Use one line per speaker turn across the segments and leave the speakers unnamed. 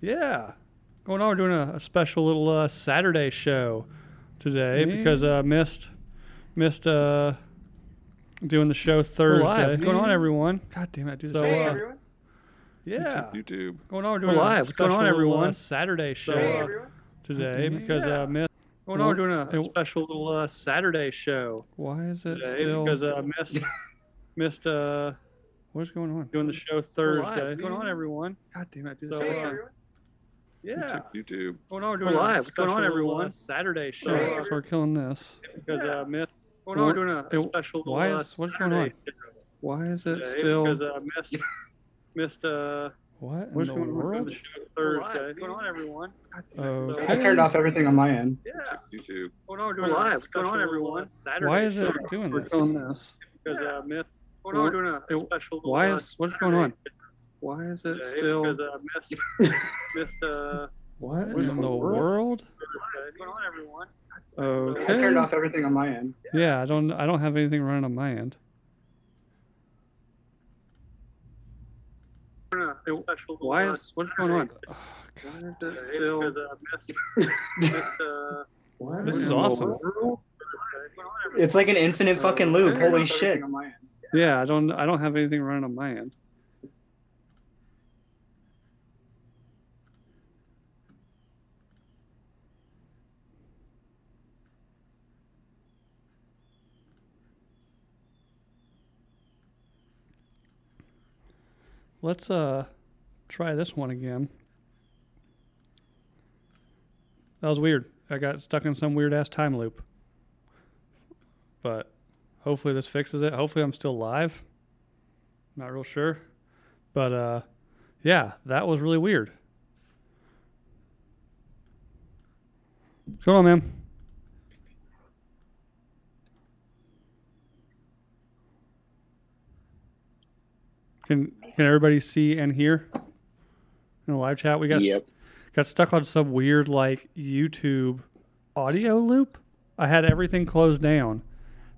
Yeah. Going on, we're doing a, a special little uh, Saturday show today because I uh, missed missed uh, doing the show
live.
Thursday. What's going on,
Yeah.
everyone? God damn it, I do this.
So,
every
uh,
hey,
time.
everyone.
yeah.
YouTube.
Going on, we're doing
We're
a
live. What's
special
going on,
little, uh,
everyone?
Saturday show
So,
hey,
uh,
everyone.
today
Yeah.
because I missed. Going on, we're doing a, a special little uh, Saturday show
Why is it
today
still?
because uh, I missed missed uh,
what is going on?
doing the uh, show Thursday.
What's
going on, everyone? God damn it, I do this.
So,
hey,
uh,
every time.
everyone.
yeah.
YouTube.
Going on, we're
We're
doing
live.
live.
What's going on, everyone?
uh, Saturday
So,
show.
Hey,
so we're killing this.
because
Yeah.
uh, myth.
Well,
we're doing a, a
it-
special.
why
uh,
is- what's going on?
Saturday
Why is it
today
still?
Because uh, missed missed uh,
what in
what's
the
going on?
world?
The uh, show Thursday. What's going on, everyone?
Okay.
I turned off everything on my end.
Yeah.
YouTube.
Going on, we're doing live. What's going on, everyone? Saturday.
Why is
show.
it doing
We're
this?
doing this because uh, myth. Going on, we're doing a, a
it-
special.
Why
uh,
is what's going on?
Saturday
Why is it
today
still?
Because uh, missed missed uh.
What
what is
in
the
the world?
world? Thursday. Going on, everyone?
I turned
Okay.
off everything on my end.
Yeah, I don't. I don't have anything running on my end.
We're doing a- a special.
Why
uh,
is what's going on? Oh,
Why
God.
is it still- because, uh, missed- missed, uh,
What
This
in
is
the
awesome.
world? It's like an infinite fucking I
Uh,
turned
Okay.
off
holy
everything on my end.
Yeah, I don't. I don't have anything running on my end.
Let's uh try this one again. That was weird. I got stuck in some weird ass time loop. But hopefully this fixes it. Hopefully I'm still live. Not real sure. But uh yeah, that was really weird. What's going on, man? Can can everybody see and hear? In the live chat, we got got stuck on some weird like YouTube audio loop. I had everything closed down,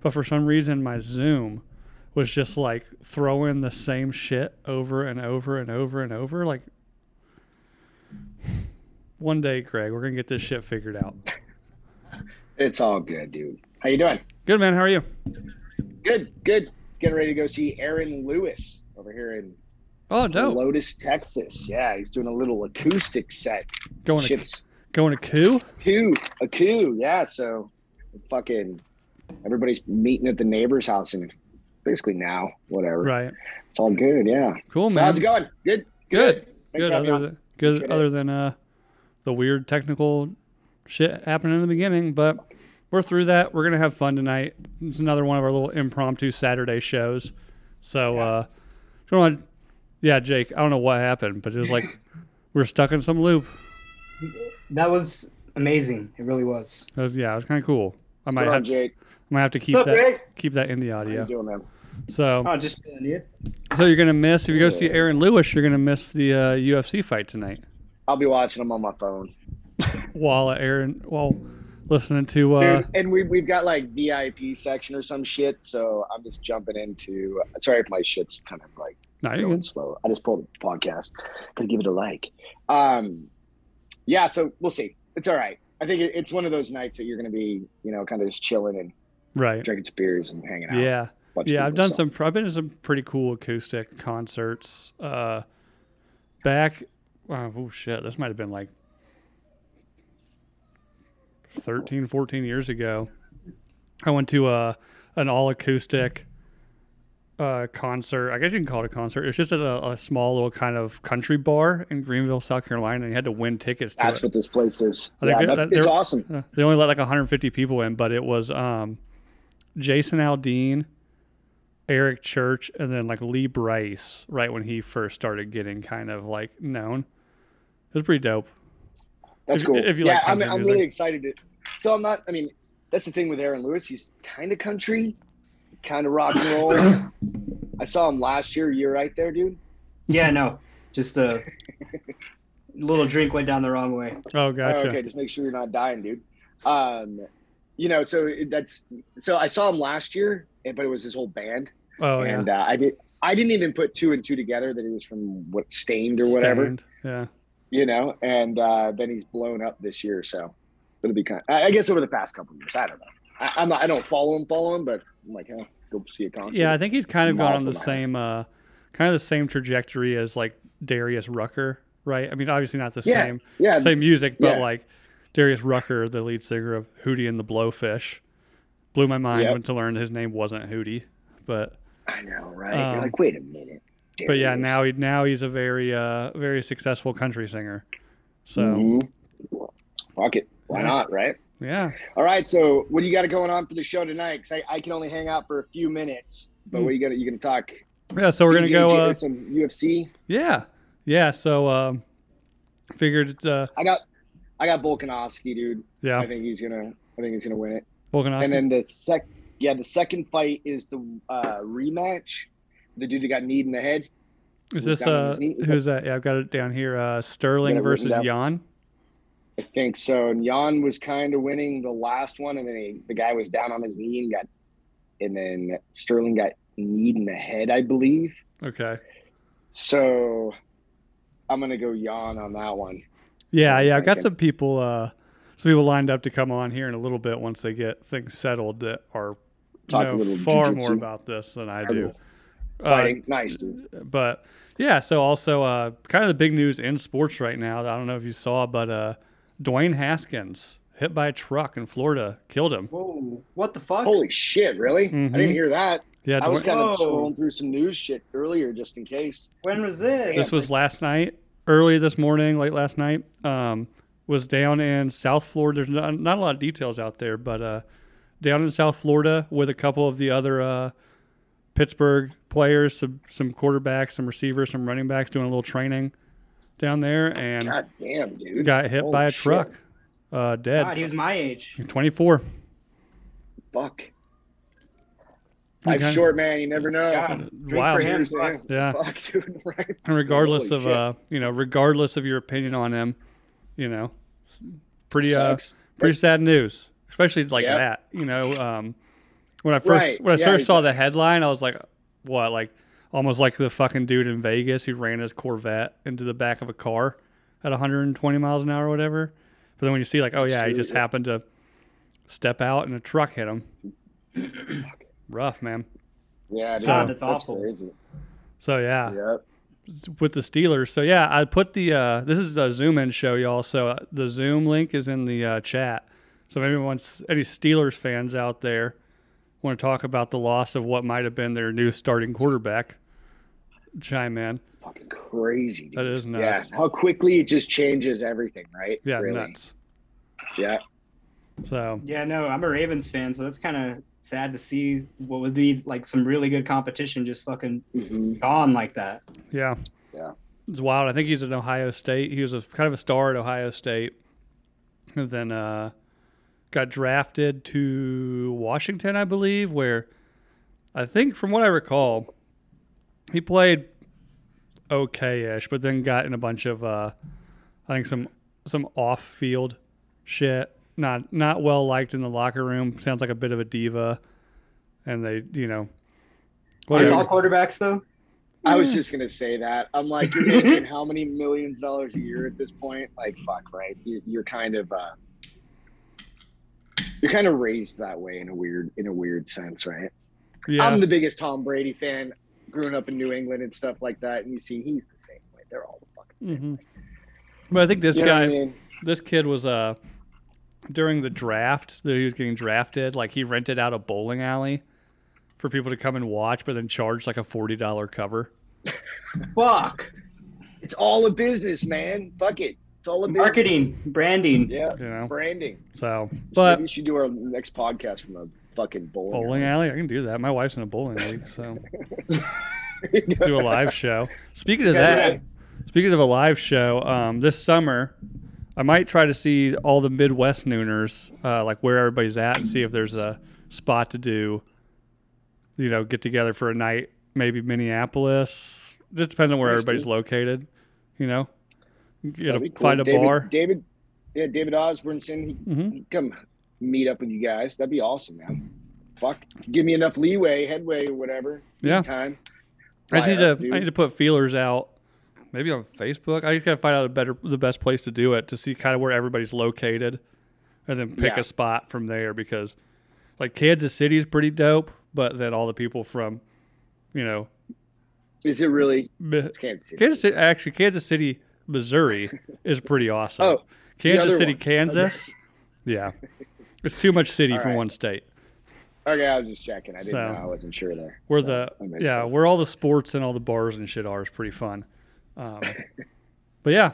but for some reason my Zoom was just like throwing the same shit over and over and over and over. Like one day, Craig, we're gonna get this shit figured out.
It's all good, dude. How you doing?
Good man, how are you?
Good, good. Getting ready to go see Aaron Lewis over here in
Oh, dope.
Lotus, Texas. Yeah, he's doing a little acoustic set.
Going to
Shit's
going to coup.
coup, a coup. Yeah, so fucking everybody's meeting at the neighbor's house and basically now, whatever.
Right.
It's all good. Yeah.
Cool,
So
man.
how's it going? Good.
Good.
Thanks
good
for having
other
me on.
than, good
Appreciate it.
other than uh the weird technical shit happening in the beginning but we're through that we're gonna have fun tonight it's another one of our little impromptu saturday shows so uh come on yeah jake i don't know what happened but it was like we are stuck in some loop
That was amazing. It really was.
it was, yeah it was kind of cool i might
Good on,
have,
Jake.
I might have to keep
What's up,
that
Greg?
keep that in the
How you
audio
doing, man?
so
Oh, just an idiot.
so you're gonna miss if you go see
Yeah.
aaron lewis you're gonna miss the uh, ufc fight tonight
I'll be watching him on my phone.
while uh, aaron while listening to uh
Dude, and we, we've got like VIP section or some shit, so I'm just jumping into. Sorry if my shit's kind of like
no, you're
going
good.
slow. I just pulled the podcast. Gonna give it a like. Um, yeah, so we'll see. It's all right. I think it, it's one of those nights that you're gonna be, you know, kind of just chilling and
right
drinking some beers and hanging out.
yeah
watching
yeah, I've
people,
done
so.
some. I've been to some pretty cool acoustic concerts. Uh, back, wow, oh shit, this might have been like 13, 14 years ago. I went to uh, an all acoustic uh, concert. I guess you can call it a concert. It's just at a, a small little kind of country bar in Greenville, South Carolina, and you had to win tickets to
That's
it.
what this place is.
I think that-
Yeah, that-
that-
it's
they're-
awesome.
Uh, they only let like 150 people in, but it was um, Jason Aldean, Eric Church, and then like Lee Bryce, right when he first started getting kind of like known. It was pretty dope.
That's
If-
cool.
if you
yeah,
like
I'm,
country
I'm
music.
really excited. To, so I'm not. I mean, that's the thing with Aaron Lewis. He's kind of country, kind of rock and roll. I saw him last year. You're right there, dude.
Yeah, no. Just a little drink went down the wrong way.
Oh,
Oh,
gotcha.
okay, just make sure you're not dying, dude. Um, you know, so it- that's so I saw him last year, and- but it was his whole band,
Oh, yeah.
and uh, I did. I didn't even put two and two together that he was from what Stained or whatever.
Stained. Yeah.
you know, and uh, then he's blown up this year. So it'll be kind. Of, I I guess over the past couple of years, I don't know. I, I'm not, I don't follow him, follow him, but I'm like, oh, go see a concert.
Yeah, I think he's kind of gone on the
Miles.
same, uh, kind of the same trajectory as like Darius Rucker, right? I mean, obviously not the
Yeah,
same
yeah,
same music, but
yeah.
like Darius Rucker, the lead singer of Hootie and the Blowfish, blew my mind
Yep.
when to learn his name wasn't Hootie, but
I know, right?
Um,
You're like, wait a minute.
but yeah,
Darius.
now he now he's a very uh very successful country singer. So
Mhm. fuck it,
uh,
why
Yeah.
not, right?
yeah,
All right, so what do you got going on for the show tonight? Because I, I can only hang out for a few minutes, but what are you gonna you gonna talk?
yeah. So Hmm. we're gonna go.
BJJ
Uh,
some UFC.
yeah, yeah. So um, figured it's, uh,
I got I got Volkanovski, dude. I
yeah.
think he's gonna I think he's gonna win it.
Volkanovski.
And then the sec yeah the second fight is the uh, rematch. The dude who got kneed in the head.
Is
Who's
this
down on
uh
his knee? Is
who's that? Yeah, I've got it down here. Uh
Got
Sterling
it written
versus
down.
Jan.
I think so. And Jan was kind of winning the last one, and then he, the guy was down on his knee and got, and then Sterling got kneed in the head, I believe.
Okay.
So I'm gonna go Jan on that one.
Yeah, yeah. I've got
Okay.
some people uh some people lined up to come on here in a little bit once they get things settled that are
Talk a
know
little
far more
jiu-jitsu.
about this than I
Have a
do.
little
Uh,
Fighting, nice dude.
but yeah, so also uh kind of the big news in sports right now. I don't know if you saw, but uh Dwayne Haskins hit by a truck in Florida, killed him.
Whoa! What the fuck?
Holy shit, really?
Mhm.
I didn't hear that.
Yeah,
I was
Dwayne-
kind of
Whoa.
scrolling through some news shit earlier just in case.
When was this?
This was last night, early this morning, late last night. Um, was down in South Florida. There's not, not a lot of details out there, but uh, down in South Florida with a couple of the other uh, Pittsburgh players, some some quarterbacks, some receivers, some running backs, doing a little training down there, and
God damn, dude.
got hit
Holy
by a
shit.
truck, uh, dead.
God, he was my age.
24.
Fuck. Life's
Okay.
short, man. You never know.
God, drink
Wow.
for him.
Seriously.
fuck.
Yeah.
Fuck, dude. Right.
And regardless
Holy
of
shit.
uh, you know, regardless of your opinion on him, you know, pretty uh,
Sucks.
pretty sad news, especially like
Yep.
that. You know, um, when I first
Right,
when I
yeah,
first saw the headline, I was like, "What?" Like almost like the fucking dude in Vegas who ran his Corvette into the back of a car at 120 miles an hour or whatever. But then when you see like, "Oh
That's
yeah, he
true,
just
yeah.
happened to step out and a truck hit him," rough man.
Yeah, dude,
So- God,
that's awful.
Crazy.
So yeah,
Yep.
with the Steelers. So yeah, I put the uh, this is a Zoom in show, y'all. So uh, the Zoom link is in the uh, chat. So maybe once any Steelers fans out there want to talk about the loss of what might have been their new starting quarterback, chime in.
Fucking crazy. Dude.
That is nuts.
Yeah. How quickly it just changes everything, right?
Yeah,
Really.
nuts.
Yeah.
So
Yeah, no, I'm a Ravens fan, so that's kind of sad to see what would be like some really good competition just fucking
hmm
gone like that.
yeah,
Yeah.
it's wild. I think he's at Ohio State. He was a kind of a star at Ohio State, and then uh, got drafted to Washington, I believe. Where I think, from what I recall, he played okay-ish, but then got in a bunch of uh, I think some some off-field shit. Not not well liked in the locker room. Sounds like a bit of a diva, and they you know.
Aren't
whatever.
all quarterbacks though?
I was just gonna say that. I'm like, you're making how many millions of dollars a year at this point? Like, fuck, right? You- You're kind of, uh, you're kind of raised that way in a weird, in a weird sense, right?
Yeah.
I'm the biggest Tom Brady fan, growing up in New England and stuff like that, and you see he's the same way. They're all the fucking same.
Mhm. But I think this
You know
guy,
what I mean?
this kid was uh during the draft that he was getting drafted, like he rented out a bowling alley for people to come and watch, but then charged like a forty dollar cover.
Fuck.
It's all a business, man. Fuck it. It's all a business.
Marketing, branding.
Yeah.
You know,
Branding.
so
Maybe
but
we should do our next podcast from a fucking bowling.
bowling alley, I can do that. My wife's in a bowling league, so
alley.
do a live show. Speaking of
Yeah,
that,
yeah.
speaking of a live show, um, this summer I might try to see all the Midwest nooners, uh, like where everybody's at, and see if there's a spot to do, you know, get together for a night. Maybe Minneapolis. Just depends on where
Nice,
everybody's
dude.
located. You know, get a,
That'd be cool.
find a
David,
bar.
David, yeah, David Osbernson, he
Mhm.
he'd come meet up with you guys. That'd be awesome, man. Fuck, give me enough leeway, headway, or whatever.
Yeah.
Time.
I need to
Fire up, dude.
I need to put feelers out maybe on Facebook. I just gotta find out a better, the best place to do it to see kind of where everybody's located, and then pick
Yeah.
a spot from there because, like, Kansas City is pretty dope, but then all the people from, you know,
Is it really?
Mi-
It's Kansas City.
Kansas City, actually Kansas City, Missouri is pretty awesome.
Oh, other
Kansas City,
one.
Kansas, yeah, it's too much city
All
for
right.
one state.
Okay, I was just checking. I didn't
So-
know. I wasn't sure there.
Where
So,
the
that makes
yeah,
sense.
where all the sports and all the bars and shit are is pretty fun. Um, but yeah,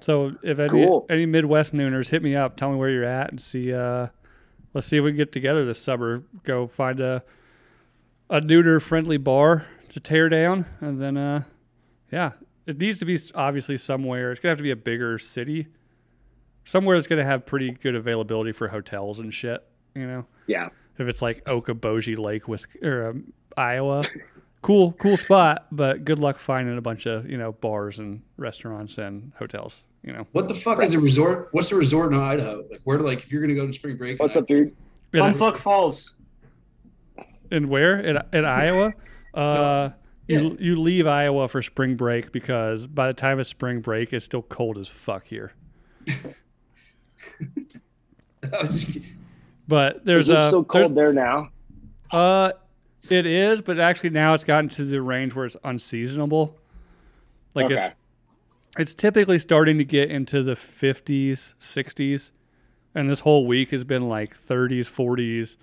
so if any
Cool.
any Midwest nooners hit me up, tell me where you're at and see. Uh, let's see if we can get together this summer. Go find a a nooner friendly bar to tear down, and then uh, yeah, it needs to be s- obviously somewhere. It's gonna have to be a bigger city, somewhere that's gonna have pretty good availability for hotels and shit. You know
yeah.
if it's like Okoboji Lake, Wis- or um, Iowa. cool, cool spot, but good luck finding a bunch of you know bars and restaurants and hotels. You know,
What the fuck is a resort? What's a resort in Idaho? Like, where, like, if you're going to go to spring break,
What's up, dude?
in,
Bumfuck Falls.
in where in, in Iowa, uh, you you leave Iowa for spring break because by the time it's spring break, it's still cold as fuck here.
I was just-
But there's
Is it
a
so cold there now?
Uh, it is, but actually now it's gotten to the range where it's unseasonable. Like it's
Okay.
it's typically starting to get into the 50s, 60s, and this whole week has been like 30s, 40s,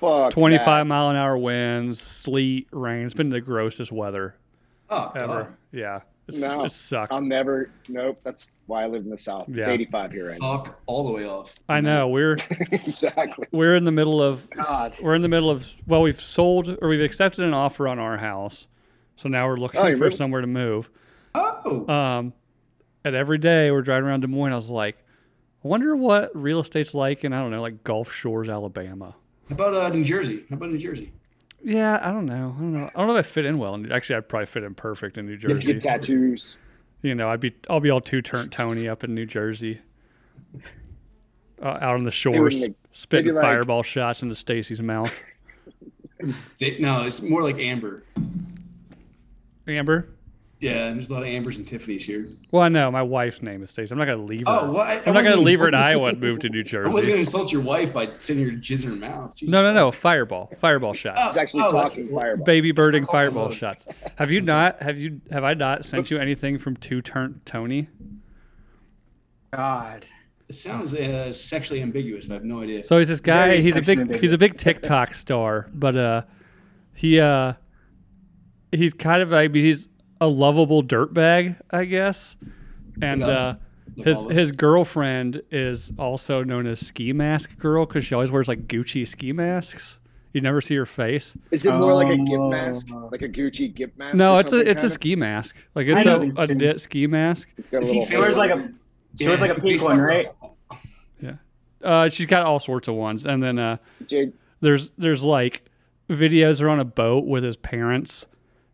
Fuck.
25
that.
mile an hour winds, sleet, rain. It's been the grossest weather
oh,
ever.
God.
Yeah, it's,
No.
it sucked.
I'll never. Nope. That's why I live in the south. It's
Yeah. Oh
85 here right
Fuck all the way off.
I know we're
now. exactly.
we're in the middle of
God.
we're in the middle of well we've sold or we've accepted an offer on our house, so now we're looking
Oh, you
for
moved?
somewhere to move.
Oh,
um, and every day we're driving around Des Moines. I was like, I wonder what real estate's like in I don't know, like Gulf Shores, Alabama.
how about uh, New Jersey? How about New Jersey?
Yeah, I don't know. I don't know. I don't know if I fit in well. In, actually, I'd probably fit in perfect in New
You have to
Jersey.
get tattoos.
You know, I'd be I'll be all two turn Tony up in New Jersey, uh, out on the shores,
like-
spitting
maybe like-
fireball shots into Stacy's mouth.
They, no, it's more like Amber.
Amber.
Yeah, there's a lot of Ambers and Tiffany's here.
Well, I know my wife's name is Stacy. I'm not gonna leave her.
Oh, what? I, I
I'm not gonna
wasn't
leave her in
insulting-
Iowa and move to New
I wasn't going
Jersey.
to insult your wife by sitting here jizzing her mouth. Jesus
No, no, no.
Christ.
Fireball, fireball shots.
Oh,
He's actually
oh, that's-
talking fireball.
baby birding
called
fireball
love.
shots. Have you not? Have you? Have I not sent
Oops.
you anything from Two Turn Tony?
God.
It sounds uh, sexually ambiguous, but I have no idea.
So he's this guy.
Very
he's a big.
intimidating.
He's a big TikTok star, but uh, he uh, he's kind of. I mean, he's a lovable dirtbag, I guess, and
Yes.
uh.
Like
His,
all of us.
his girlfriend is also known as ski mask girl because she always wears like Gucci ski masks. You never see her face.
Is it more like a gimp
Oh.
mask, like a Gucci gimp mask?
No,
or
it's a
something,
it's a
kinda?
ski mask. Like
I
it's
know
a,
these
a
things.
knit ski mask.
It's got a
Is he
little.
It was
hole.
famous?
like a it
Yeah,
was like a
it's
pink
based
one,
on-
right?
Uh, she's got all sorts of ones, and then uh,
Jade,
there's there's like videos are on a boat with his parents,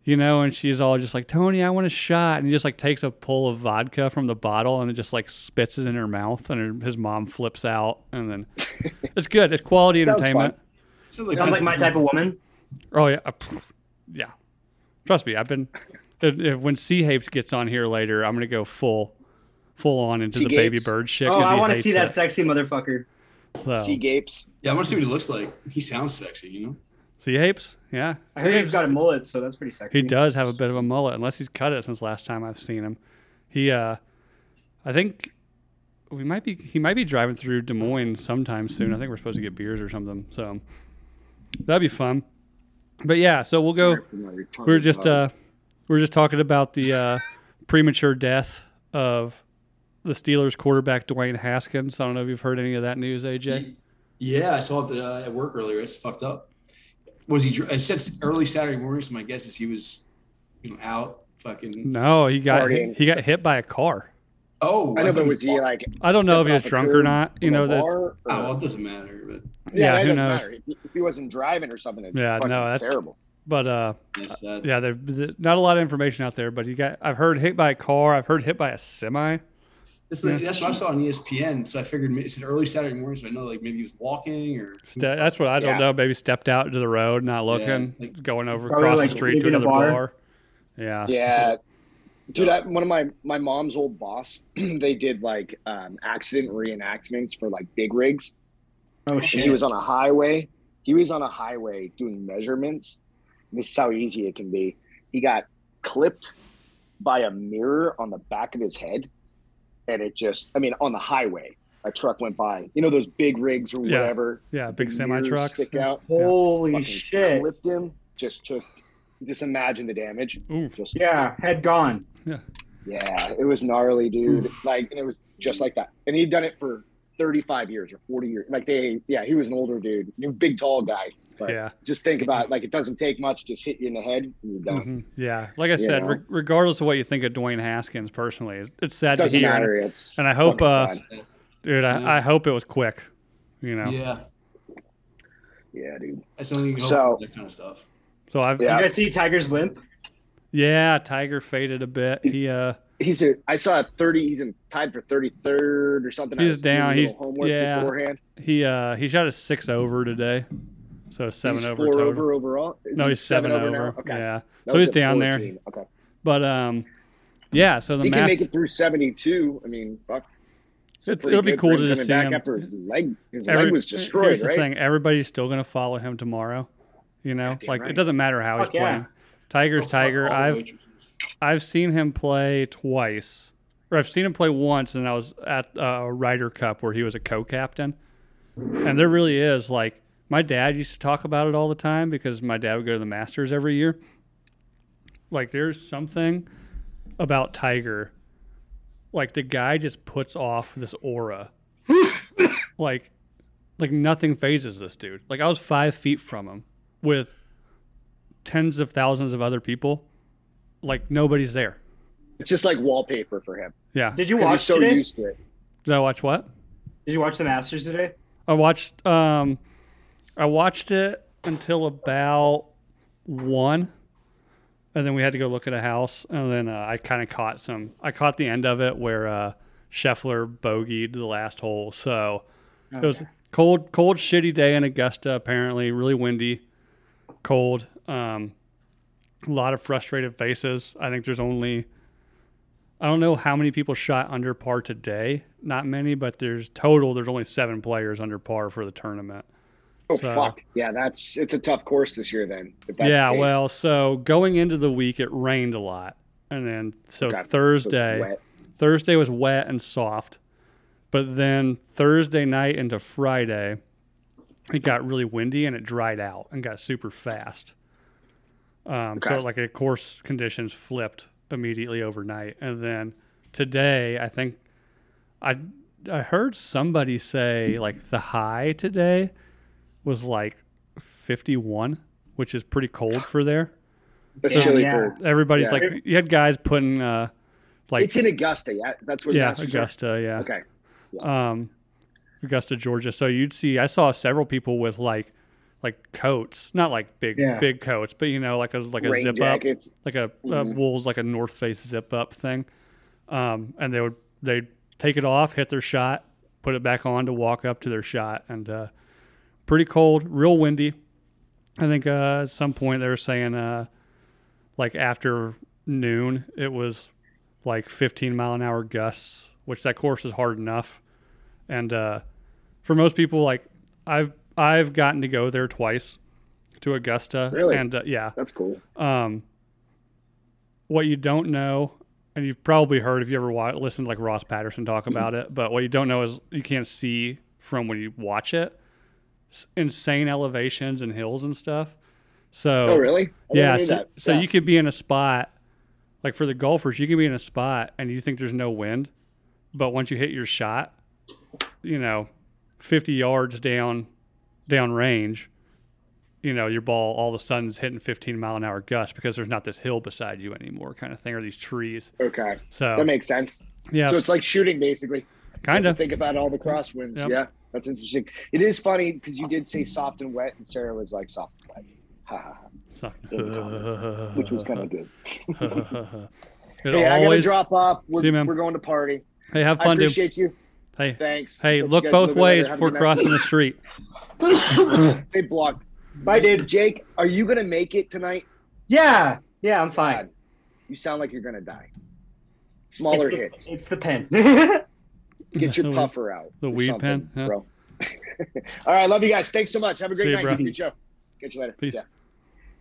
you know, and she's all just like Tony, I want a shot, and he just like takes a pull of vodka from the bottle and it just like spits it in her mouth, and her, his mom flips out, and then it's good, it's quality
Sounds
entertainment.
Sounds like,
Sounds like my type of woman.
Oh yeah, uh, pff, yeah. Trust me, I've been. If, if- when Sea Hapes gets on here later, I'm gonna go full, full on into
Sea
the baby
Gapes?
bird shit.
Oh,
'cause
I
he
want to
hates
see that sexy motherfucker.
So.
sea gapes.
Yeah, I want to see what he looks like. He sounds sexy, you know.
Sea Hapes, yeah.
I
Sea
heard he's
Hapes-
got a mullet, so that's pretty sexy.
He does have a bit of a mullet, unless he's cut it since last time I've seen him. He, uh, I think we might be. He might be driving through Des Moines sometime soon. I think we're supposed to get beers or something. So that'd be fun. But yeah, so we'll go. We were just uh, we were just talking about the uh, premature death of the Steelers quarterback Dwayne Haskins. I don't know if you've heard any of that news, AJ.
Yeah, I saw it uh, at work earlier. It's fucked up. Was he? dr- It said early Saturday morning, so my guess is he was, you know, out fucking.
No, he got
Partying.
he got hit by a car.
Oh,
I know, but
thought
was he like?
I don't know if he was
stepped off a
drunk or
curb
not. You
from a
know, that's-
bar,
Oh,
or-
well, it doesn't matter. But
yeah,
that
who
doesn't
knows?
matter. If he- If he wasn't driving or something, it'd
Yeah,
fucking
no,
was
that's-
terrible.
But uh,
that's bad.
Yeah, there- th not a lot of information out there, but you got. I've heard hit by a car. I've heard hit by a semi.
That's, like- that's what I saw on E ESPN. So I figured ma- it's an early Saturday morning, so I know like maybe he was walking or.
Ste- that's what I don't
Yeah.
know. Maybe stepped out into the road, not looking,
like-
going over
Probably
across
like
the street to
leaving a
another bar.
bar.
Yeah,
Yeah, dude I, one of my my mom's old boss they did like um accident reenactments for like big rigs
Oh
and
shit!
he was on a highway he was on a highway doing measurements this is how easy it can be he got clipped by a mirror on the back of his head and it just i mean on the highway a truck went by you know those big rigs or
Yeah.
whatever
Yeah, big
the
semi
mirrors
trucks.
stick out
Holy
fucking
shit!
clipped him just took just imagine the damage
Oof.
just
Yeah, head gone.
yeah, it was gnarly, dude. Like, and it was just like that. And he'd done it for 35 years or 40 years. Like, they, yeah, he was an older dude, He was a big, tall guy. But
Yeah.
just think about it. Like, it doesn't take much. Just hit you in the head and you're done.
Mhm. Yeah. Like I said,
know.
re- regardless of what you think of Dwayne Haskins personally, it- it's
It
sad to
doesn't
hear.
matter.
And,
It's
and I hope,
fucking
uh,
sad.
dude, I,
Yeah.
I hope it was quick. You know.
Yeah.
yeah, dude.
That's the only thing you can
So-
hope for, that kind of stuff.
So I've yeah.
Yeah.
You guys see Tiger's limp?
Tiger faded a bit. He uh
He's a, I saw a 30, he's in, tied for 33rd or something. I
He's
was doing a
down.
little
He's-
homework
yeah.
beforehand.
he uh he shot a six over today. So seven
he's
over
four
total.
over overall. Is
no,
he
he's seven, over.
now? Okay.
Yeah. So
That was
he's
at
down there.
14. Okay.
But um yeah, so the
he can
mass
make it through 72. I mean, fuck. It's
It's-
pretty
it'll be
good
cool
for
to
him
just see
coming back
him.
After his leg, his
every-
leg was destroyed,
here's
right?
the thing, everybody's still gonna follow him tomorrow. You know?
Goddamn
Like it
right.
doesn't matter how
Fuck
he's
yeah.
playing. Tiger's
Oh, fuck
Tiger.
all the
I've
waitresses.
I've seen him play twice, or I've seen him play once, and I was at uh, a Ryder Cup where he was a co-captain. And there really is like my dad used to talk about it all the time because my dad would go to the Masters every year. Like there's something about Tiger, like the guy just puts off this aura, like like nothing phases this dude. Like I was five feet from him with tens of thousands of other people like nobody's there.
It's just like wallpaper for him.
Yeah.
Did you
'Cause
watch
He's so
today?
used to it.
Did I watch what?
Did you watch the Masters today?
I watched um I watched it until about one and then we had to go look at a house and then uh, I kind of caught some I caught the end of it where uh Scheffler bogeyed the last hole. So it was a cold cold shitty day in Augusta apparently, really windy, cold. Um a lot of frustrated faces. I think there's only I don't know how many people shot under par today. Not many, but there's total. There's only seven players under par for the tournament.
Oh
So-
fuck! Yeah, that's it's a tough course this year. Then, if that's
yeah,
the case.
well, so going into the week, it rained a lot, and then so
Okay. So it's
Thursday,
wet.
Thursday was wet and soft, but then Thursday night into Friday, it got really windy and it dried out and got super fast. Um,
Okay.
So like the course conditions flipped immediately overnight, and then today I think I I heard somebody say like the high today was like 51, which is pretty cold for there.
That's
Yeah,
chilly
yeah.
for.
Everybody's
Yeah.
like you had guys putting uh like
it's in Augusta. Yeah, that's where. the
yeah,
Masters are?
Augusta, yeah.
Okay.
Um Augusta, Georgia. So you'd see I saw several people with like like coats, not like big
Yeah.
big coats, but you know like a like a
Rain
zip up,
jackets.
like a uh,
Mhm.
wool's like a North Face zip up thing. Um and they would they'd take it off, hit their shot, put it back on to walk up to their shot and uh pretty cold, real windy. I think uh, at some point they were saying uh, like after noon it was like 15 mile an hour gusts, which that course is hard enough. And uh, for most people, like I've I've gotten to go there twice to Augusta,
Really?
and uh, yeah,
That's cool.
um, what you don't know, and you've probably heard if you ever wa listened to like Ross Patterson talk about it, but what you don't know is you can't see from when you watch it S- insane elevations and hills and stuff. So,
Oh, really? I
yeah,
never knew
so,
that.
so
Yeah.
you could be in a spot like for the golfers, you can be in a spot and you think there's no wind, but once you hit your shot, you know, 50 yards down down range, you know, your ball all of a sudden is hitting 15 mile an hour gusts because there's not this hill beside you anymore, kind of thing, or these trees.
okay, that
So
makes sense.
yeah,
So it's like shooting, basically.
kind
Have
of.
to Think about all the crosswinds.
Yep.
Yeah, that's interesting. It is funny because you did say soft and wet, and Sarah was like soft and wet. Ha, ha, ha. Which was kind of good.
of. It
Hey, I gotta
always.
drop up. We're,
See you, man.
we're going to party.
Hey, have
I
fun, dude.
appreciate you.
Hey,
Thanks.
hey,
Let you
look
guys
both
know later.
ways
Have a
before
good night.
crossing the street.
They blocked.
Bye, dude.
Jake, are you gonna make it tonight?
Yeah, yeah, I'm fine.
God, You sound like you're gonna die. Smaller
it's the,
hits.
It's the pen.
Get your
The-
puffer out.
the
or
weed
something,
pen, huh?
bro. All right, love you guys. Thanks so much. Have a great
See you,
night.
bro.
Good show. Catch you later.
Peace.
Yeah.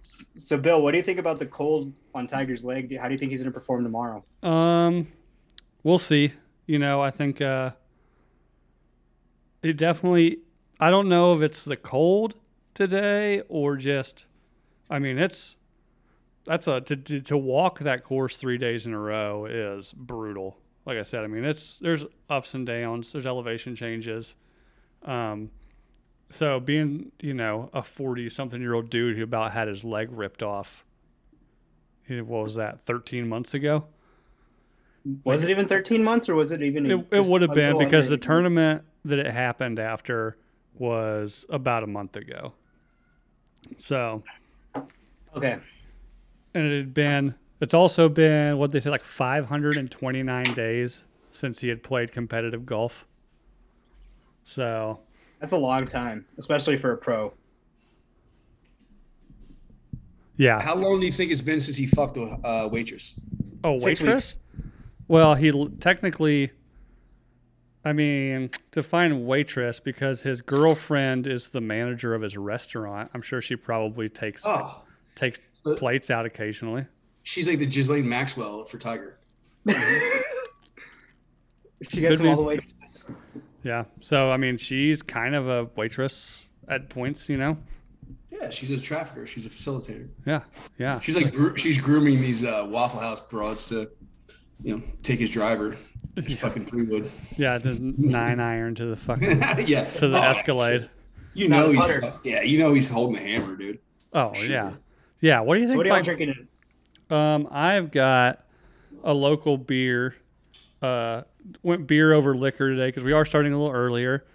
so, Bill, what do you think about the cold on Tiger's leg? How do you think he's going to perform tomorrow?
Um, we'll see. You know, I think uh, it definitely. I don't know if it's the cold today or just. I mean, it's that's a to to, to walk that course three days in a row is brutal. Like I said, I mean, it's there's ups and downs. There's elevation changes. Um, so being you know a forty something year old dude who about had his leg ripped off. eh, What was that? Thirteen months ago.
Was it even 13 months or was it even?
It, it
just
would
a
have been
little
because
under
the
eight?
tournament that it happened after was about a month ago. So,
Okay.
and it had been, it's also been, what they say, like 529 days since he had played competitive golf. So,
That's a long time, especially for a pro.
yeah.
How long do you think it's been since he fucked a uh, waitress?
Oh,
Six
waitress. Well, he l- technically, I mean, to find waitress because his girlfriend is the manager of his restaurant. I'm sure she probably takes
Oh,
takes
But-
plates out occasionally.
she's like the Ghislaine Maxwell for Tiger.
She gets
Could
him all
be.
the way.
Yeah. So I mean, she's kind of a waitress at points, you know.
Yeah, she's a trafficker. She's a facilitator.
Yeah. Yeah.
She's like gro- she's grooming these uh, Waffle House broads to, you know, take his driver. His fucking three wood.
Yeah. Just nine iron to the fucking
yeah.
to the
Oh,
Escalade.
You
Not
know he's
butter.
fuck- yeah. You know he's holding the hammer, dude.
Oh
Sure.
yeah. Yeah. What do you
So
think?
what are y'all
like-
drinking? in-
Um, I've got a local beer. Uh, went beer over liquor today because we are starting a little earlier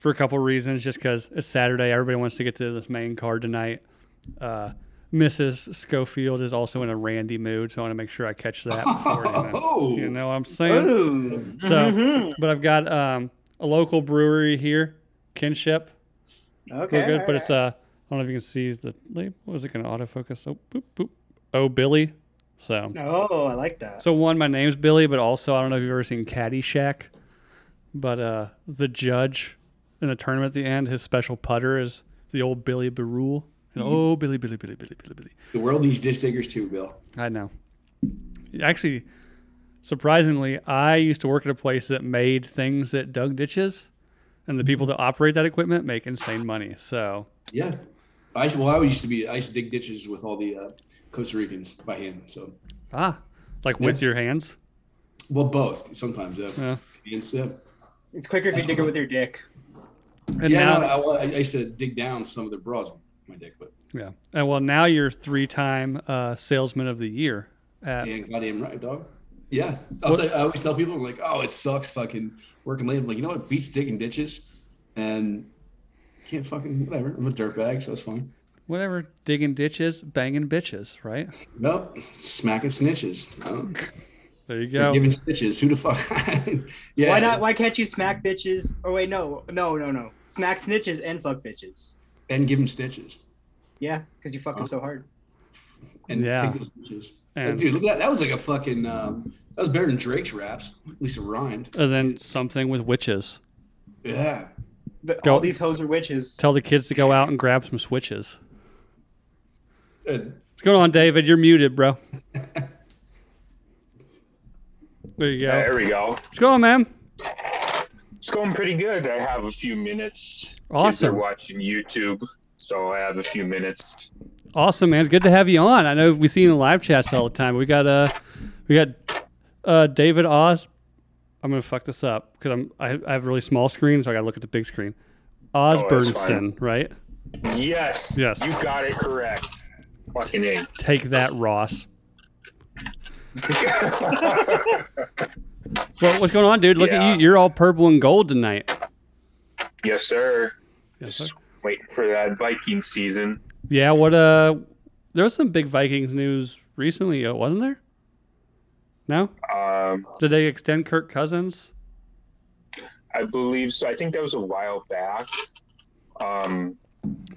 for a couple reasons. Just because it's Saturday, everybody wants to get to this main card tonight. Uh, Mrs. Schofield is also in a randy mood, so I want to make sure I catch that. Before anything.
Oh,
You know what I'm saying?
Mm-hmm.
Ooh.
So, but I've got um, a local brewery here, Kinship.
Okay.
We're good, but it's uh, I don't know if you can see the label. Was it going to autofocus? Oh, boop, boop. Oh, Billy. So.
Oh, I like that.
So one, my name's Billy, but also I don't know if you've ever seen Caddyshack, but uh, the judge in the tournament at the end, his special putter is the old Billy Barule. And, oh, Billy, Billy, Billy, Billy, Billy, Billy.
the world needs ditch diggers too, Bill.
I know. Actually, surprisingly, I used to work at a place that made things that dug ditches, and the people that operate that equipment make insane money. So
Yeah. I used, well, I used to be. I used to dig ditches with all the uh, Costa Ricans by hand. So,
ah, like with your hands.
well, both sometimes. Yeah.
Yeah.
Hands, yeah.
It's quicker if you dig it with your dick.
And
yeah,
now,
no, I, wa- I used to dig down some of the bras with my dick, but
yeah. And well, now you're three-time uh, salesman of the year at
damn, goddamn right, dog. Yeah, I, was like, I always tell people I'm like, oh, it sucks, fucking working late. I'm like, you know what, beats digging ditches, and can't fucking whatever. I'm a dirtbag, so that's fine.
Whatever, digging ditches, banging bitches, right?
Nope, smacking snitches. No.
There you
They're
go.
Giving stitches. Who the fuck? yeah.
Why not? Why can't you smack bitches? Or wait, no, no, no, no. Smack snitches and fuck bitches.
And give him stitches.
Yeah, because you fuck them so hard.
And
Yeah.
take the stitches. Like,
And,
dude, look at that. That was like a fucking. Um, that was better than Drake's raps. At least it rhymed.
and then something with witches.
Yeah.
But
Go-
all these hoes are witches.
Tell the kids to go out and grab some switches.
And
What's going on, David? You're muted, bro. There you go.
There we go.
What's going on, man?
It's going pretty good. I have a few minutes.
Awesome.
They're watching YouTube, so I have a few minutes.
Awesome, man. It's good to have you on. I know we see you in the live chats all the time. We got uh we got uh David Oz. I'm gonna fuck this up because I'm I, I have a really small screen, so I gotta look at the big screen.
that's
Osbernson, right?
Yes.
Yes.
You got it correct. Fucking A.
Take that, Ross. Well, what's going on, dude? Look
Yeah.
at you. You're all purple and gold tonight.
yes, sir.
Yes,
Just waiting for that Viking season.
Yeah, what uh there was some big Vikings news recently, uh, wasn't there? No?
Um,
Did they extend Kirk Cousins?
I believe so. I think that was a while back. Um,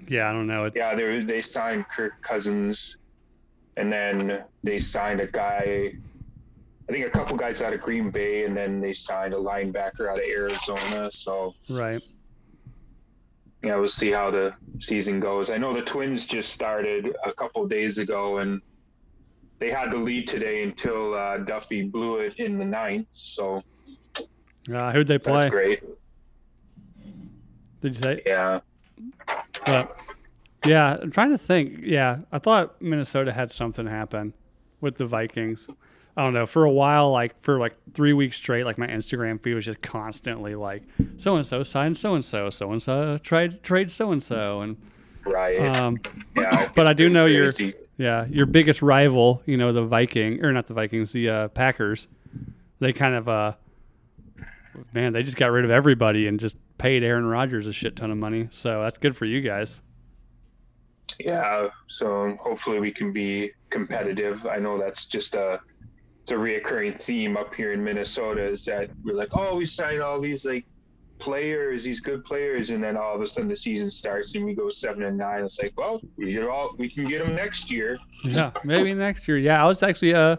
Yeah, I don't know. It,
yeah, they they signed Kirk Cousins, and then they signed a guy I think a couple guys out of Green Bay, and then they signed a linebacker out of Arizona. So
Right.
yeah, we'll see how the season goes. I know the Twins just started a couple days ago, and they had the lead today until uh, Duffy blew it in the ninth. So
Uh, who'd they
that's
play?
great.
Did you say?
Yeah,
But yeah, I'm trying to think. Yeah, I thought Minnesota had something happen with the Vikings. I don't know. For a while, like for like three weeks straight, like my Instagram feed was just constantly like so and so signed so and so, so and so trade trade so and so, and
right.
um,
yeah,
but I do know your
crazy.
yeah your biggest rival, you know the Viking or not the Vikings, the uh, Packers. They kind of uh, man, they just got rid of everybody and just paid Aaron Rodgers a shit ton of money. So that's good for you guys.
Yeah, so hopefully we can be competitive. I know that's just a it's a reoccurring theme up here in Minnesota is that we're like, oh, we sign all these like players, these good players, and then all of a sudden the season starts and we go seven and nine. It's like, well, we get all we can get them next year.
Yeah, maybe next year. Yeah, I was actually uh,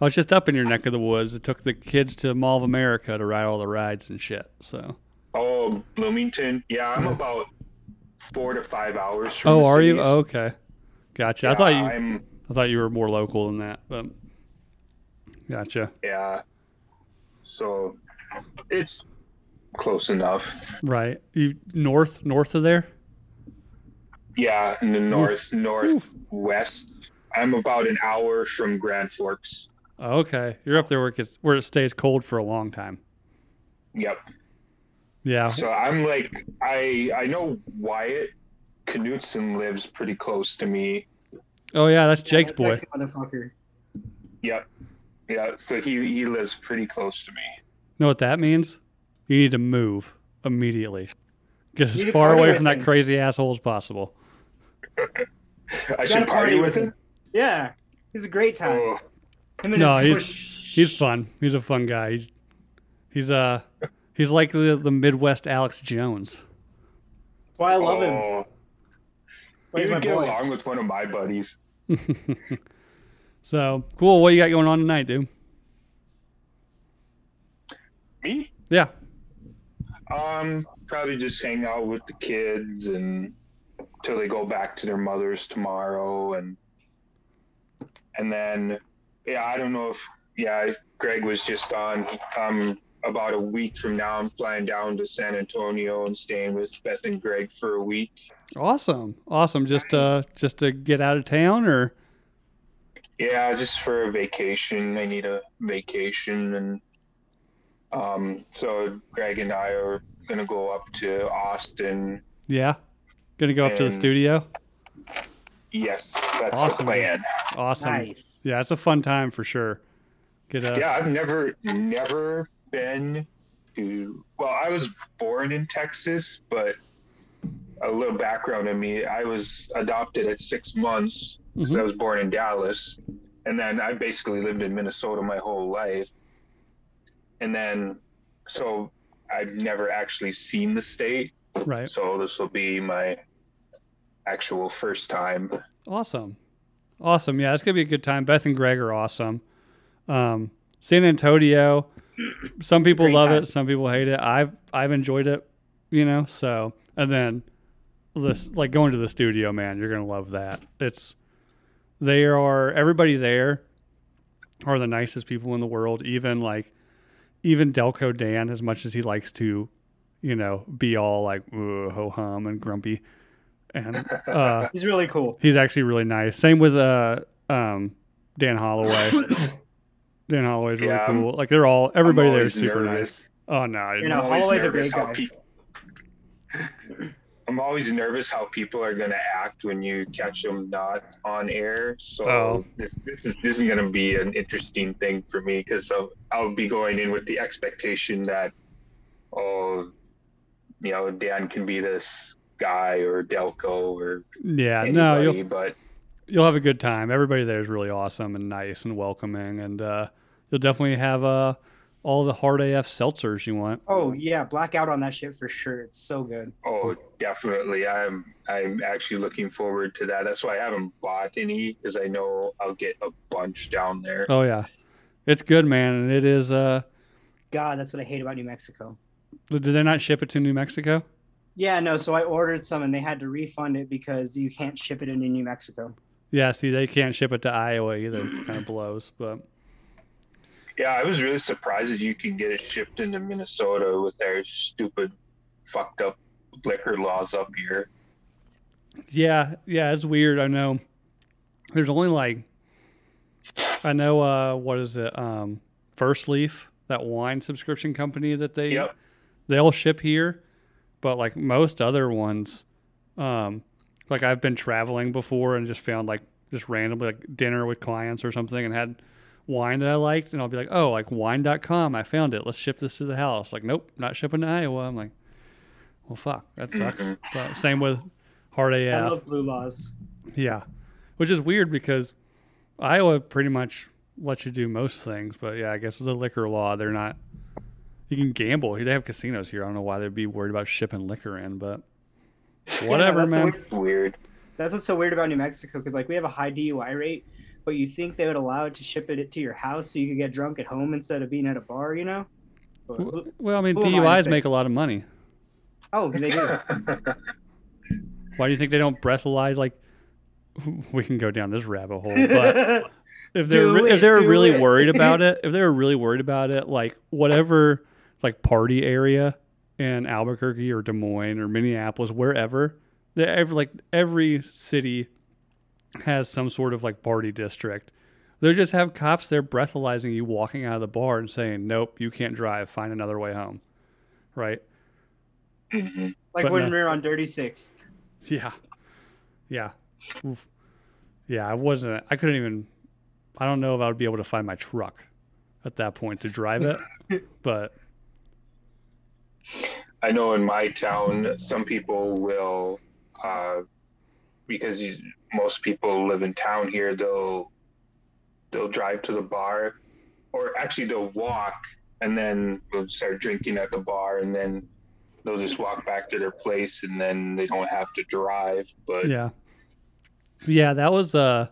I was just up in your neck of the woods. I took the kids to Mall of America to ride all the rides and shit. So.
Oh, Bloomington, yeah, I'm about four to five hours. From
Oh,
the
are you?
cities.
Oh, okay, gotcha. I thought you.
I'm
I thought you were more local than that, but gotcha.
yeah, so it's close enough.
Right, you north north of there.
Yeah, in the north, northwest. I'm about an hour from Grand Forks.
Oh, okay, you're up there where it gets where it stays cold for a long time.
Yep.
Yeah.
So I'm like, I I know Wyatt Knutson lives pretty close to me.
Oh yeah, that's Jake's
That
boy.
Texas Motherfucker.
Yep. Yeah. So he he lives pretty close to me.
Know what that means? You need to move immediately. Get
You
as
can
far
party
away
with
from that
him.
crazy asshole as possible.
I
Gotta
should party with him.
Yeah, he's a great time.
Oh,
Him and
No,
his
he's- He's fun. He's a fun guy. He's he's uh he's like the, the Midwest Alex Jones.
That's why I love him.
oh.
He's
he
my
would get
boy.
along with one of my buddies.
so cool. What you got going on tonight, dude?
Me?
Yeah.
Um, probably just hang out with the kids and till they go back to their mothers tomorrow, and and then yeah, I don't know if yeah, Greg was just on. Um, about a week from now, I'm flying down to San Antonio and staying with Beth and Greg for a week.
Awesome. Awesome. Just uh just to get out of town or
Yeah, just for a vacation. I need a vacation, and um, so Greg and I are gonna go up to Austin.
yeah. Gonna go up to the
And-
studio.
Yes, that's
Awesome.
the plan.
Awesome.
Nice.
Yeah, it's a fun time for sure. Get uh
yeah i've never never been to well i was born in texas but a little background on me i was adopted at six months
Mhm.
so i was born in dallas and then i basically lived in minnesota my whole life and then so i've never actually seen the state
right.
so this will be my actual first time
Awesome. Awesome. Yeah, it's going to be a good time. Beth and Greg are awesome. Um, San Antonio, some people
great
love
time.
it, some people hate it. I've I've enjoyed it, you know. So, and then this like going to the studio, man, you're going to love that. It's they are everybody there are the nicest people in the world, even like even Delco Dan as much as he likes to, you know, be all like ho hum and grumpy and uh
He's really cool.
He's actually really nice. Same with uh um Dan Holloway. Dan Holloway's really
Yeah, I'm-
cool. Like they're all everybody
I'm
there
always
is super
nervous.
nice. Oh no,
You
I'm
know,
always
Holloway's a
nervous
great
how
guy.
peop- I'm always nervous how people are going to act when you catch them not on air. So
Oh.
this, this is this is going to be an interesting thing for me because I'll, I'll be going in with the expectation that, oh, you know, Dan can be this guy or Delco or
yeah, Uh, no,
anybody,
you'll
but
you'll have a good time. Everybody there is really awesome and nice and welcoming, and uh, you'll definitely have uh all the hard AF seltzers you want.
Oh yeah, blackout on that shit for sure. It's so good.
oh, definitely, I'm I'm actually looking forward to that. That's why I haven't bought any because I know I'll get a bunch down there.
Oh yeah, It's good, man, and it is. Uh,
God, that's what I hate about New Mexico.
did they not ship it to New Mexico?
Yeah, no. So I ordered some, and they had to refund it because you can't ship it into New Mexico.
Yeah, see, they can't ship it to Iowa either. It kind of blows, but
Yeah, I was really surprised that you could get it shipped into Minnesota with their stupid, fucked up liquor laws up here.
yeah, yeah, it's weird. I know. There's only like, I know. Uh, what is it? Um, First Leaf, that wine subscription company that they
Yep.
they'll ship here, but like most other ones, um, like I've been traveling before and just found like just randomly like dinner with clients or something and had wine that I liked and I'll be like, oh, like wine.com, I found it. Let's ship this to the house. Like, nope, not shipping to Iowa. I'm like, well, fuck, that sucks. but same with Hard
I
AF.
love blue laws.
Yeah, which is weird because Iowa pretty much lets you do most things, but yeah, I guess the liquor law they're not. You can gamble. They have casinos here. I don't know why they'd be worried about shipping liquor in, but whatever,
that's the
man.
way-
Weird.
That's what's so weird about New Mexico because like we have a high DUI rate, but you think they would allow it to ship it to your house so you could get drunk at home instead of being at a bar, you know? But-
W- Well, I mean,
who am I to
DUIs
say?
make a lot of money.
oh, they do.
Why do you think they don't breathalyze? Like, we can go down this rabbit hole, but if they're
Do
re-
it,
if they're
do
really
it.
worried about it, if they're really worried about it, like whatever like party area in Albuquerque or Des Moines or Minneapolis, wherever, they every like every city has some sort of like party district. They just have cops there breathalyzing you walking out of the bar and saying, "Nope, you can't drive. Find another way home." Right?
Mhm.
like
But
when
no.
we were on Dirty Sixth.
Yeah. Yeah. Oof. Yeah, I wasn't I couldn't even I don't know if I would be able to find my truck at that point to drive it. but
I know in my town, some people will, uh, because you, most people live in town here, they'll they'll drive to the bar, or actually they'll walk and then they'll start drinking at the bar, and then they'll just walk back to their place, and then they don't have to drive. But
yeah. Yeah, that was uh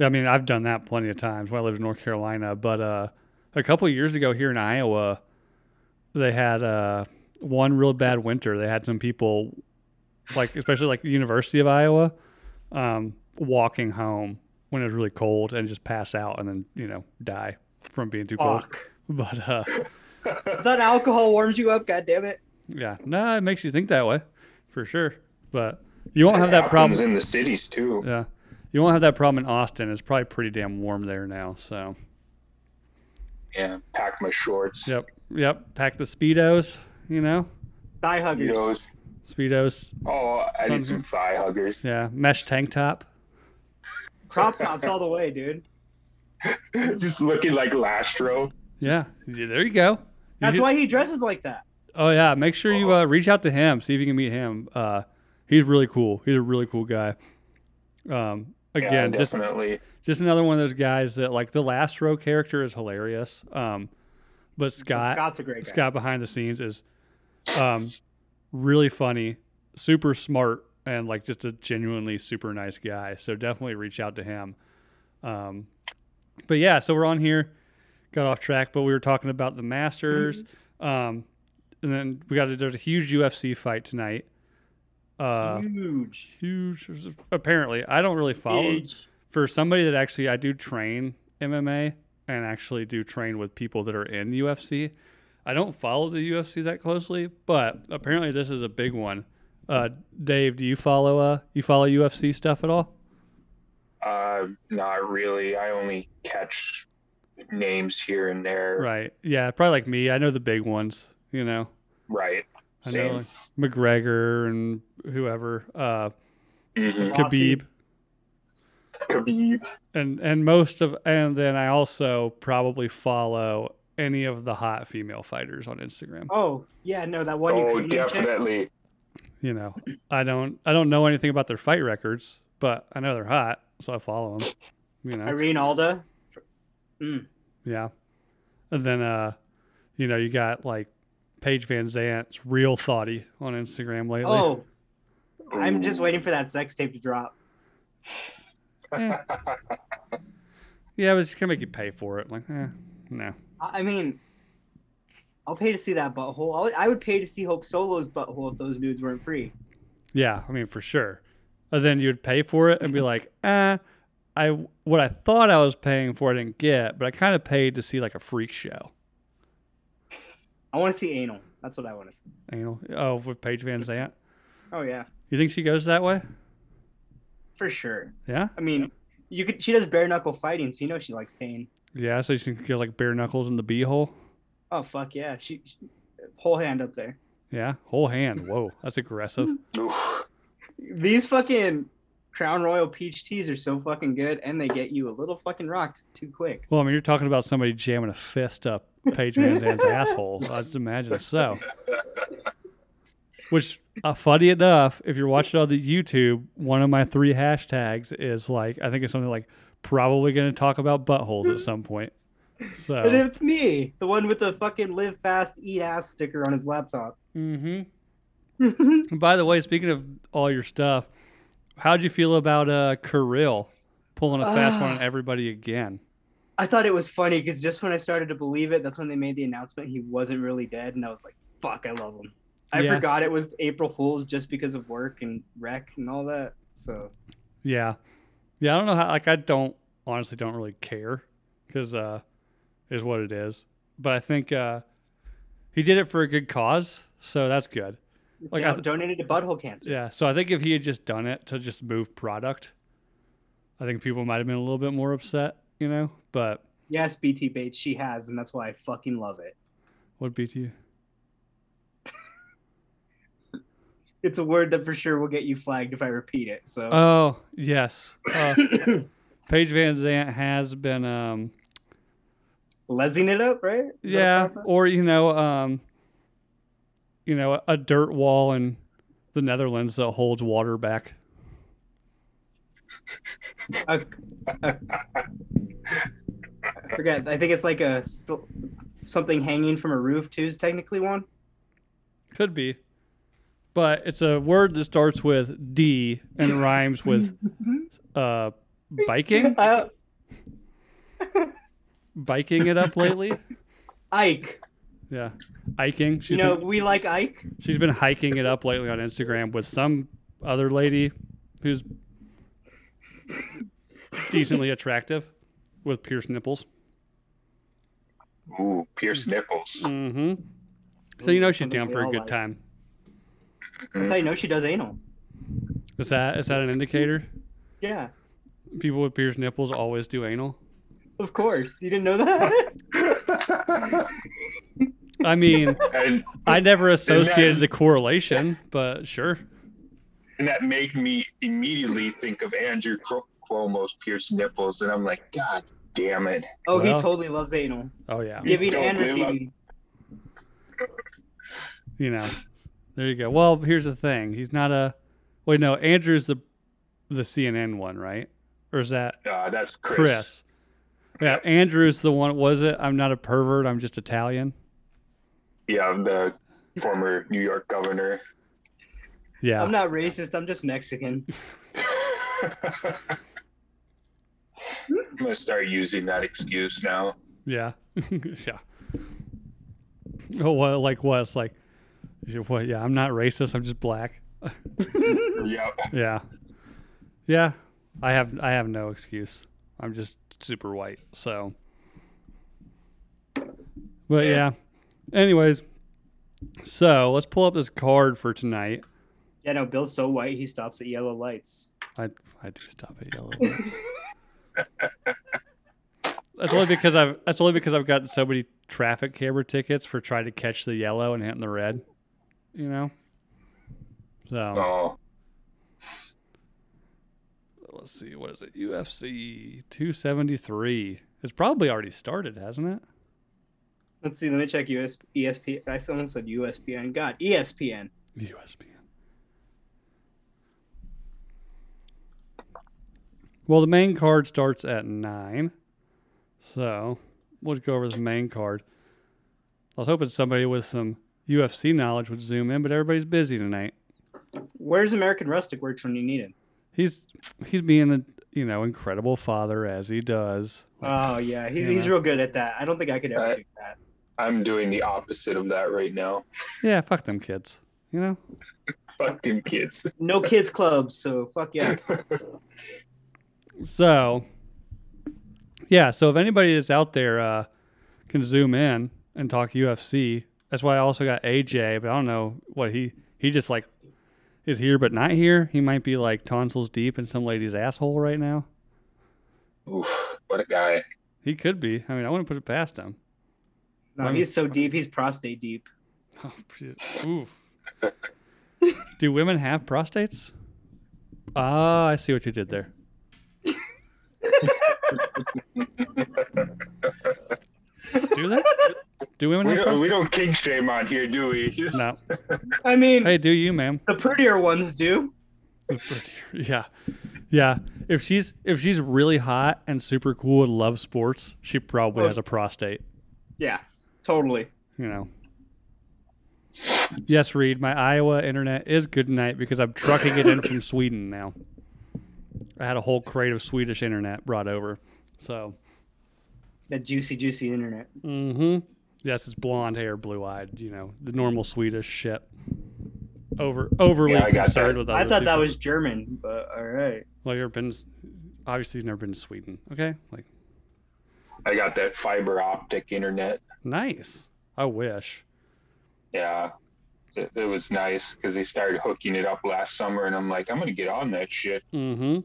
I mean, I've done that plenty of times when I lived in North Carolina, but uh a couple of years ago here in Iowa, they had uh one real bad winter. They had some people like especially like the University of Iowa um walking home when it was really cold and just pass out and then, you know, die from being too cold.
Fuck.
But uh
That alcohol warms you up, god damn it.
yeah, no, it makes you think that way for sure. But you won't have that
happens
problem.
in the cities too.
Yeah. You won't have that problem in Austin. It's probably pretty damn warm there now. So,
Yeah, pack my shorts.
yep. Yep. Pack the Speedos, you know?
Thigh huggers.
You know, it's-
Speedos.
oh, I
Sounds
need some thigh huggers.
Yeah. Mesh tank top.
Crop tops all the way, dude.
just looking like Lastro.
Yeah. Yeah, There you go. You
That's
should-
why he dresses like that.
Oh, yeah. Make sure you uh, reach out to him. See if you can meet him. Uh, he's really cool. He's a really cool guy. Um, again,
yeah,
just
definitely.
just another one of those guys that like the last row character is hilarious. Um, but Scott,
Scott's a great guy.
Scott behind the scenes is um, really funny, super smart, and like just a genuinely super nice guy. So definitely reach out to him. Um, but yeah, so we're on here, got off track, but we were talking about the Masters,
Mm-hmm.
um, and then we got to, there's a huge UFC fight tonight. Uh,
Huge.
huge. Apparently, I don't really follow
Huge.
for somebody that actually I do train MMA and actually do train with people that are in UFC. I don't follow the UFC that closely, but apparently this is a big one. Uh, Dave, do you follow uh you follow UFC stuff at all?
Uh, not really. I only catch names here and there.
Right. Yeah, probably like me. I know the big ones, you know.
Right.
I
Same.
know like McGregor and whoever, uh
Mhm.
Khabib.
Khabib.
And and most of and then I also probably follow any of the hot female fighters on Instagram.
Oh, yeah, no, that one
Oh,
Ukrainian chick.
definitely.
you know, I don't I don't know anything about their fight records, but I know they're hot, so I follow them. You know,
Irene Alda.
yeah. And then uh, you know, you got like Paige Van Zant's real thoughty on Instagram lately.
Oh, I'm
Oh.
just waiting for that sex tape to drop.
Eh, Yeah, but it's gonna make you pay for it. Like, eh, no.
I I mean, I'll pay to see that butthole. I would, I would pay to see Hope Solo's butthole if those dudes weren't free.
Yeah, I mean for sure. And then you'd pay for it and be like, ah, I what I thought I was paying for, I didn't get, but I kind of paid to see like a freak show.
I want to see anal. That's what I want to see.
You know, oh, with Paige Van Zant.
Oh yeah,
You think she goes that way?
for sure.
Yeah,
I mean, you could. She does bare knuckle fighting, so you know she likes pain.
yeah. So she can get like bare knuckles in the bee hole.
Oh fuck yeah, she, she whole hand up there.
Yeah, whole hand. Whoa, that's aggressive.
Oof.
These fucking Crown Royal peach teas are so fucking good, and they get you a little fucking rocked too quick.
Well, I mean, you're talking about somebody jamming a fist up Paige Van Zandt's asshole. I just imagine so. Which, uh, funny enough, if you're watching on the YouTube, one of my three hashtags is like, I think it's something like, probably going to talk about buttholes at some point.
But
So,
it's me, the one with the fucking live fast, eat ass sticker on his laptop.
hmm by the way, speaking of all your stuff, how'd you feel about uh, Kirill pulling a fast one on everybody again?
I thought it was funny because just when I started to believe it, that's when they made the announcement he wasn't really dead, and I was like, "Fuck, I love him." I
Yeah.
forgot it was April Fools just because of work and wreck and all that. So
Yeah, yeah. I don't know how. Like, I don't honestly don't really care because uh, is what it is. But I think uh, he did it for a good cause, so that's good. Like,
like
I
I
th-
donated to butthole cancer.
Yeah. So I think if he had just done it to just move product, I think people might have been a little bit more upset, you know. But
Yes, BT Bates, she has, and that's why I fucking love it.
what beat you?
It's a word that for sure will get you flagged if I repeat it. So
Oh yes, uh, Paige Van Zant has been. Um,
lezzing it up, right? Is that
Yeah,
proper?
or you know, um, you know, a dirt wall in the Netherlands that holds water back.
A, a- I forget. I think it's like a sl- something hanging from a roof too. Is technically one.
Could be, but it's a word that starts with D and rhymes with uh, biking.
Uh,
Biking it up lately.
Ike.
Yeah, hiking. She's
You know
been,
we like Ike.
she's been hiking it up lately on Instagram with some other lady who's decently attractive with pierced nipples.
Ooh, Pierce
Mm-hmm.
Nichols.
hmm So you know she's
Something
down
we
for a
all
good
like.
time.
That's how you know she does anal.
Is that is that an indicator?
Yeah,
People with pierced nipples always do anal.
of course. You didn't know that.
I mean,
and,
I never associated the correlation, but sure.
and that made me immediately think of Andrew Cro- Cuomo's Pierce Nichols, and I'm like, God damn it.
Oh, he
Well.
totally loves anal,
Oh yeah,
You
giving
don't
and
live up-
receiving.
you know. There you go. Well, here's the thing. He's not a. Wait, no. Andrew's the the CNN one, right? Or is that
Uh, that's Chris.
Chris? Yeah, Andrew's the one. Was it? I'm not a pervert. I'm just Italian.
Yeah, the former New York governor.
Yeah.
I'm not racist. I'm just Mexican.
I'm gonna start using that excuse now.
Yeah. yeah. Oh, well, like what? It's like, is it what? Yeah, I'm not racist. I'm just black.
Yep.
Yeah. Yeah. I have I have no excuse. I'm just super white. So But yeah.
Yeah.
Anyways, so let's pull up this card for tonight.
Yeah, no. Bill's so white he stops at yellow lights.
I I do stop at yellow lights. that's only because I've that's only because I've gotten so many traffic camera tickets for trying to catch the yellow and hitting the red. You know? So
Oh,
let's see, what is it? UFC two seventy three. It's probably already started, hasn't it?
Let's see. Let me check US, ESP. I almost said USPN. God, E ESPN.
USPN. Well, the main card starts at nine, so we'll just go over this main card. I was hoping somebody with some UFC knowledge would zoom in, but everybody's busy tonight.
Where's American Rustic Works when you need it?
He's he's being a, you know, incredible father as he does.
Oh yeah, he's
Yeah.
he's real good at that. I don't think I could ever
Uh,
do that.
I'm doing the opposite of that right now.
Yeah, fuck them kids. You know?
Fuck them kids.
No kids clubs, so fuck yeah.
So, yeah. So if anybody that's out there uh, can zoom in and talk UFC, that's why I also got AJ. But I don't know what he he just like is here but not here. He might be like tonsils deep in some lady's asshole right now.
Oof, what a guy.
He could be. I mean, I wouldn't put it past him.
No, he's so deep. He's prostate deep.
Oh, shit. Oof. Do women have prostates? Ah, I see what you did there. Do they? Do women
We
have
don't, we
prostates?
don't kink shame on here, do we?
No.
I mean,
Hey, do you, ma'am?
the prettier ones do.
Yeah, yeah. If she's if she's really hot and super cool and loves sports, she probably has a prostate.
Yeah, totally.
You know. Yes, Reed. My Iowa internet is good tonight because I'm trucking it in from Sweden now. I had a whole crate of Swedish internet brought over, so.
That juicy, juicy internet.
Mm-hmm. Yes, it's blonde hair, blue eyed. You know the normal Swedish shit. Over overly
Yeah, I got
concerned
that.
with.
I
other
thought that
people.
was German, but all right.
Well, you've been obviously you've never been to Sweden. Okay, like
I got that fiber optic internet.
nice. I wish.
Yeah. It, it was nice because they started hooking it up last summer, and I'm like, I'm going to get on that shit.
Mm-hmm.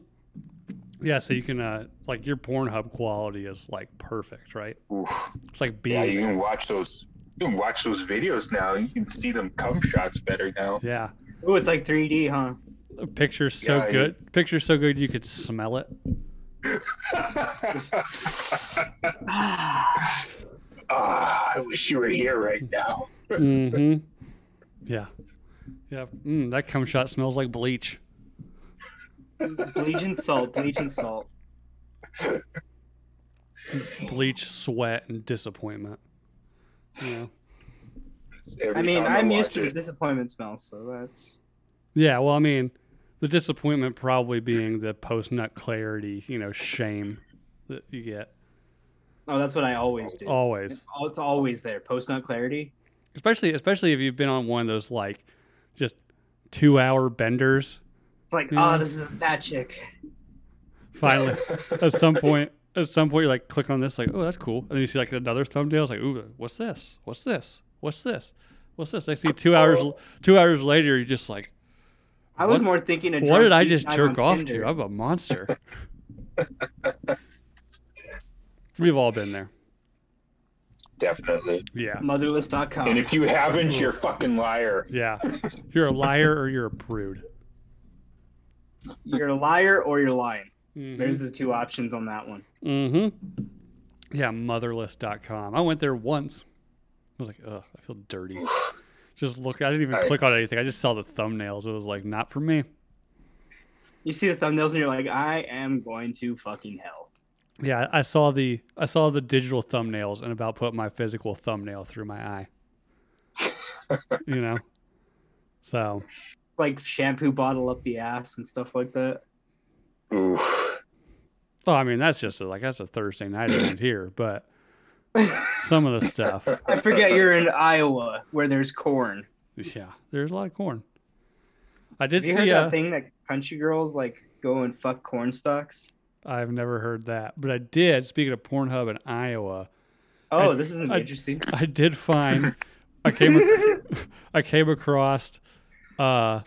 Yeah, so you can uh like your Pornhub quality is like perfect, right?
Oof.
It's like being
Yeah,
yeah,
you can watch those. You can watch those videos now. You can see them cum shots better now.
Ooh, it's like 3D, huh?
The picture's so
Yeah, you-
good. Picture's so good you could smell it.
ah, I wish you were here right now.
Mm-hmm. Yeah. Yeah. Mm, that cum shot smells like bleach.
Bleach and salt, bleach and salt.
Bleach, sweat, and disappointment. You know?
Every
I mean,
time
I'm used
watch
to the
it.
disappointment smell, so that's.
Yeah, well I mean the disappointment probably being the post nut clarity, you know, shame that you get.
Oh, that's what I always do.
Always.
Al- It's always there. Post nut clarity.
especially especially if you've been on one of those like just two hour benders
It's like,
Yeah.
oh, this is a fat chick.
finally at some point at some point you like click on this like oh that's cool and then you see like another thumbnail it's like ooh what's this what's this what's this what's this they see
Oh.
two hours two hours later you're just like
I was
What-
more thinking of
what did i
drunk
just
deep dive
jerk
on
off
Tinder.
to i'm a monster we've all been there
Definitely.
yeah
And
Motherless.com.
if you haven't, you're a fucking liar.
yeah you're a liar or you're a prude
You're a liar or you're lying.
Mhm.
There's the two options on that one.
Mm-hmm. Yeah, motherless.com. I went there once. I was like, ugh, I feel dirty. Just look, I didn't even
Right.
click on anything. I just saw the thumbnails. It was like, not for me.
You see the thumbnails and you're like, I am going to fucking hell.
Yeah, I I saw the I saw the digital thumbnails and about put my physical thumbnail through my eye. you know, so
Like shampoo bottle up the ass and stuff like that.
Oof.
well, I mean, that's just a, like that's a Thursday night event here, but some of the stuff,
I forget you're in Iowa where there's corn.
yeah, there's a lot of corn. I
Have
did
you
see.
heard
uh,
that thing that country girls like go and fuck corn stalks?
I've never heard that, but I did. Speaking of Pornhub in Iowa,
Oh,
I-
this isn't
I-
interesting.
I did find I came I came across uh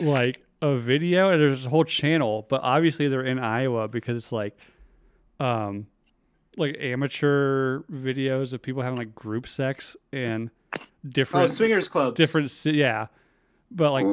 like a video and there's a whole channel, but obviously they're in Iowa because it's like um like amateur videos of people having like group sex in
Oh,
different
swingers club.
different ci- yeah. But like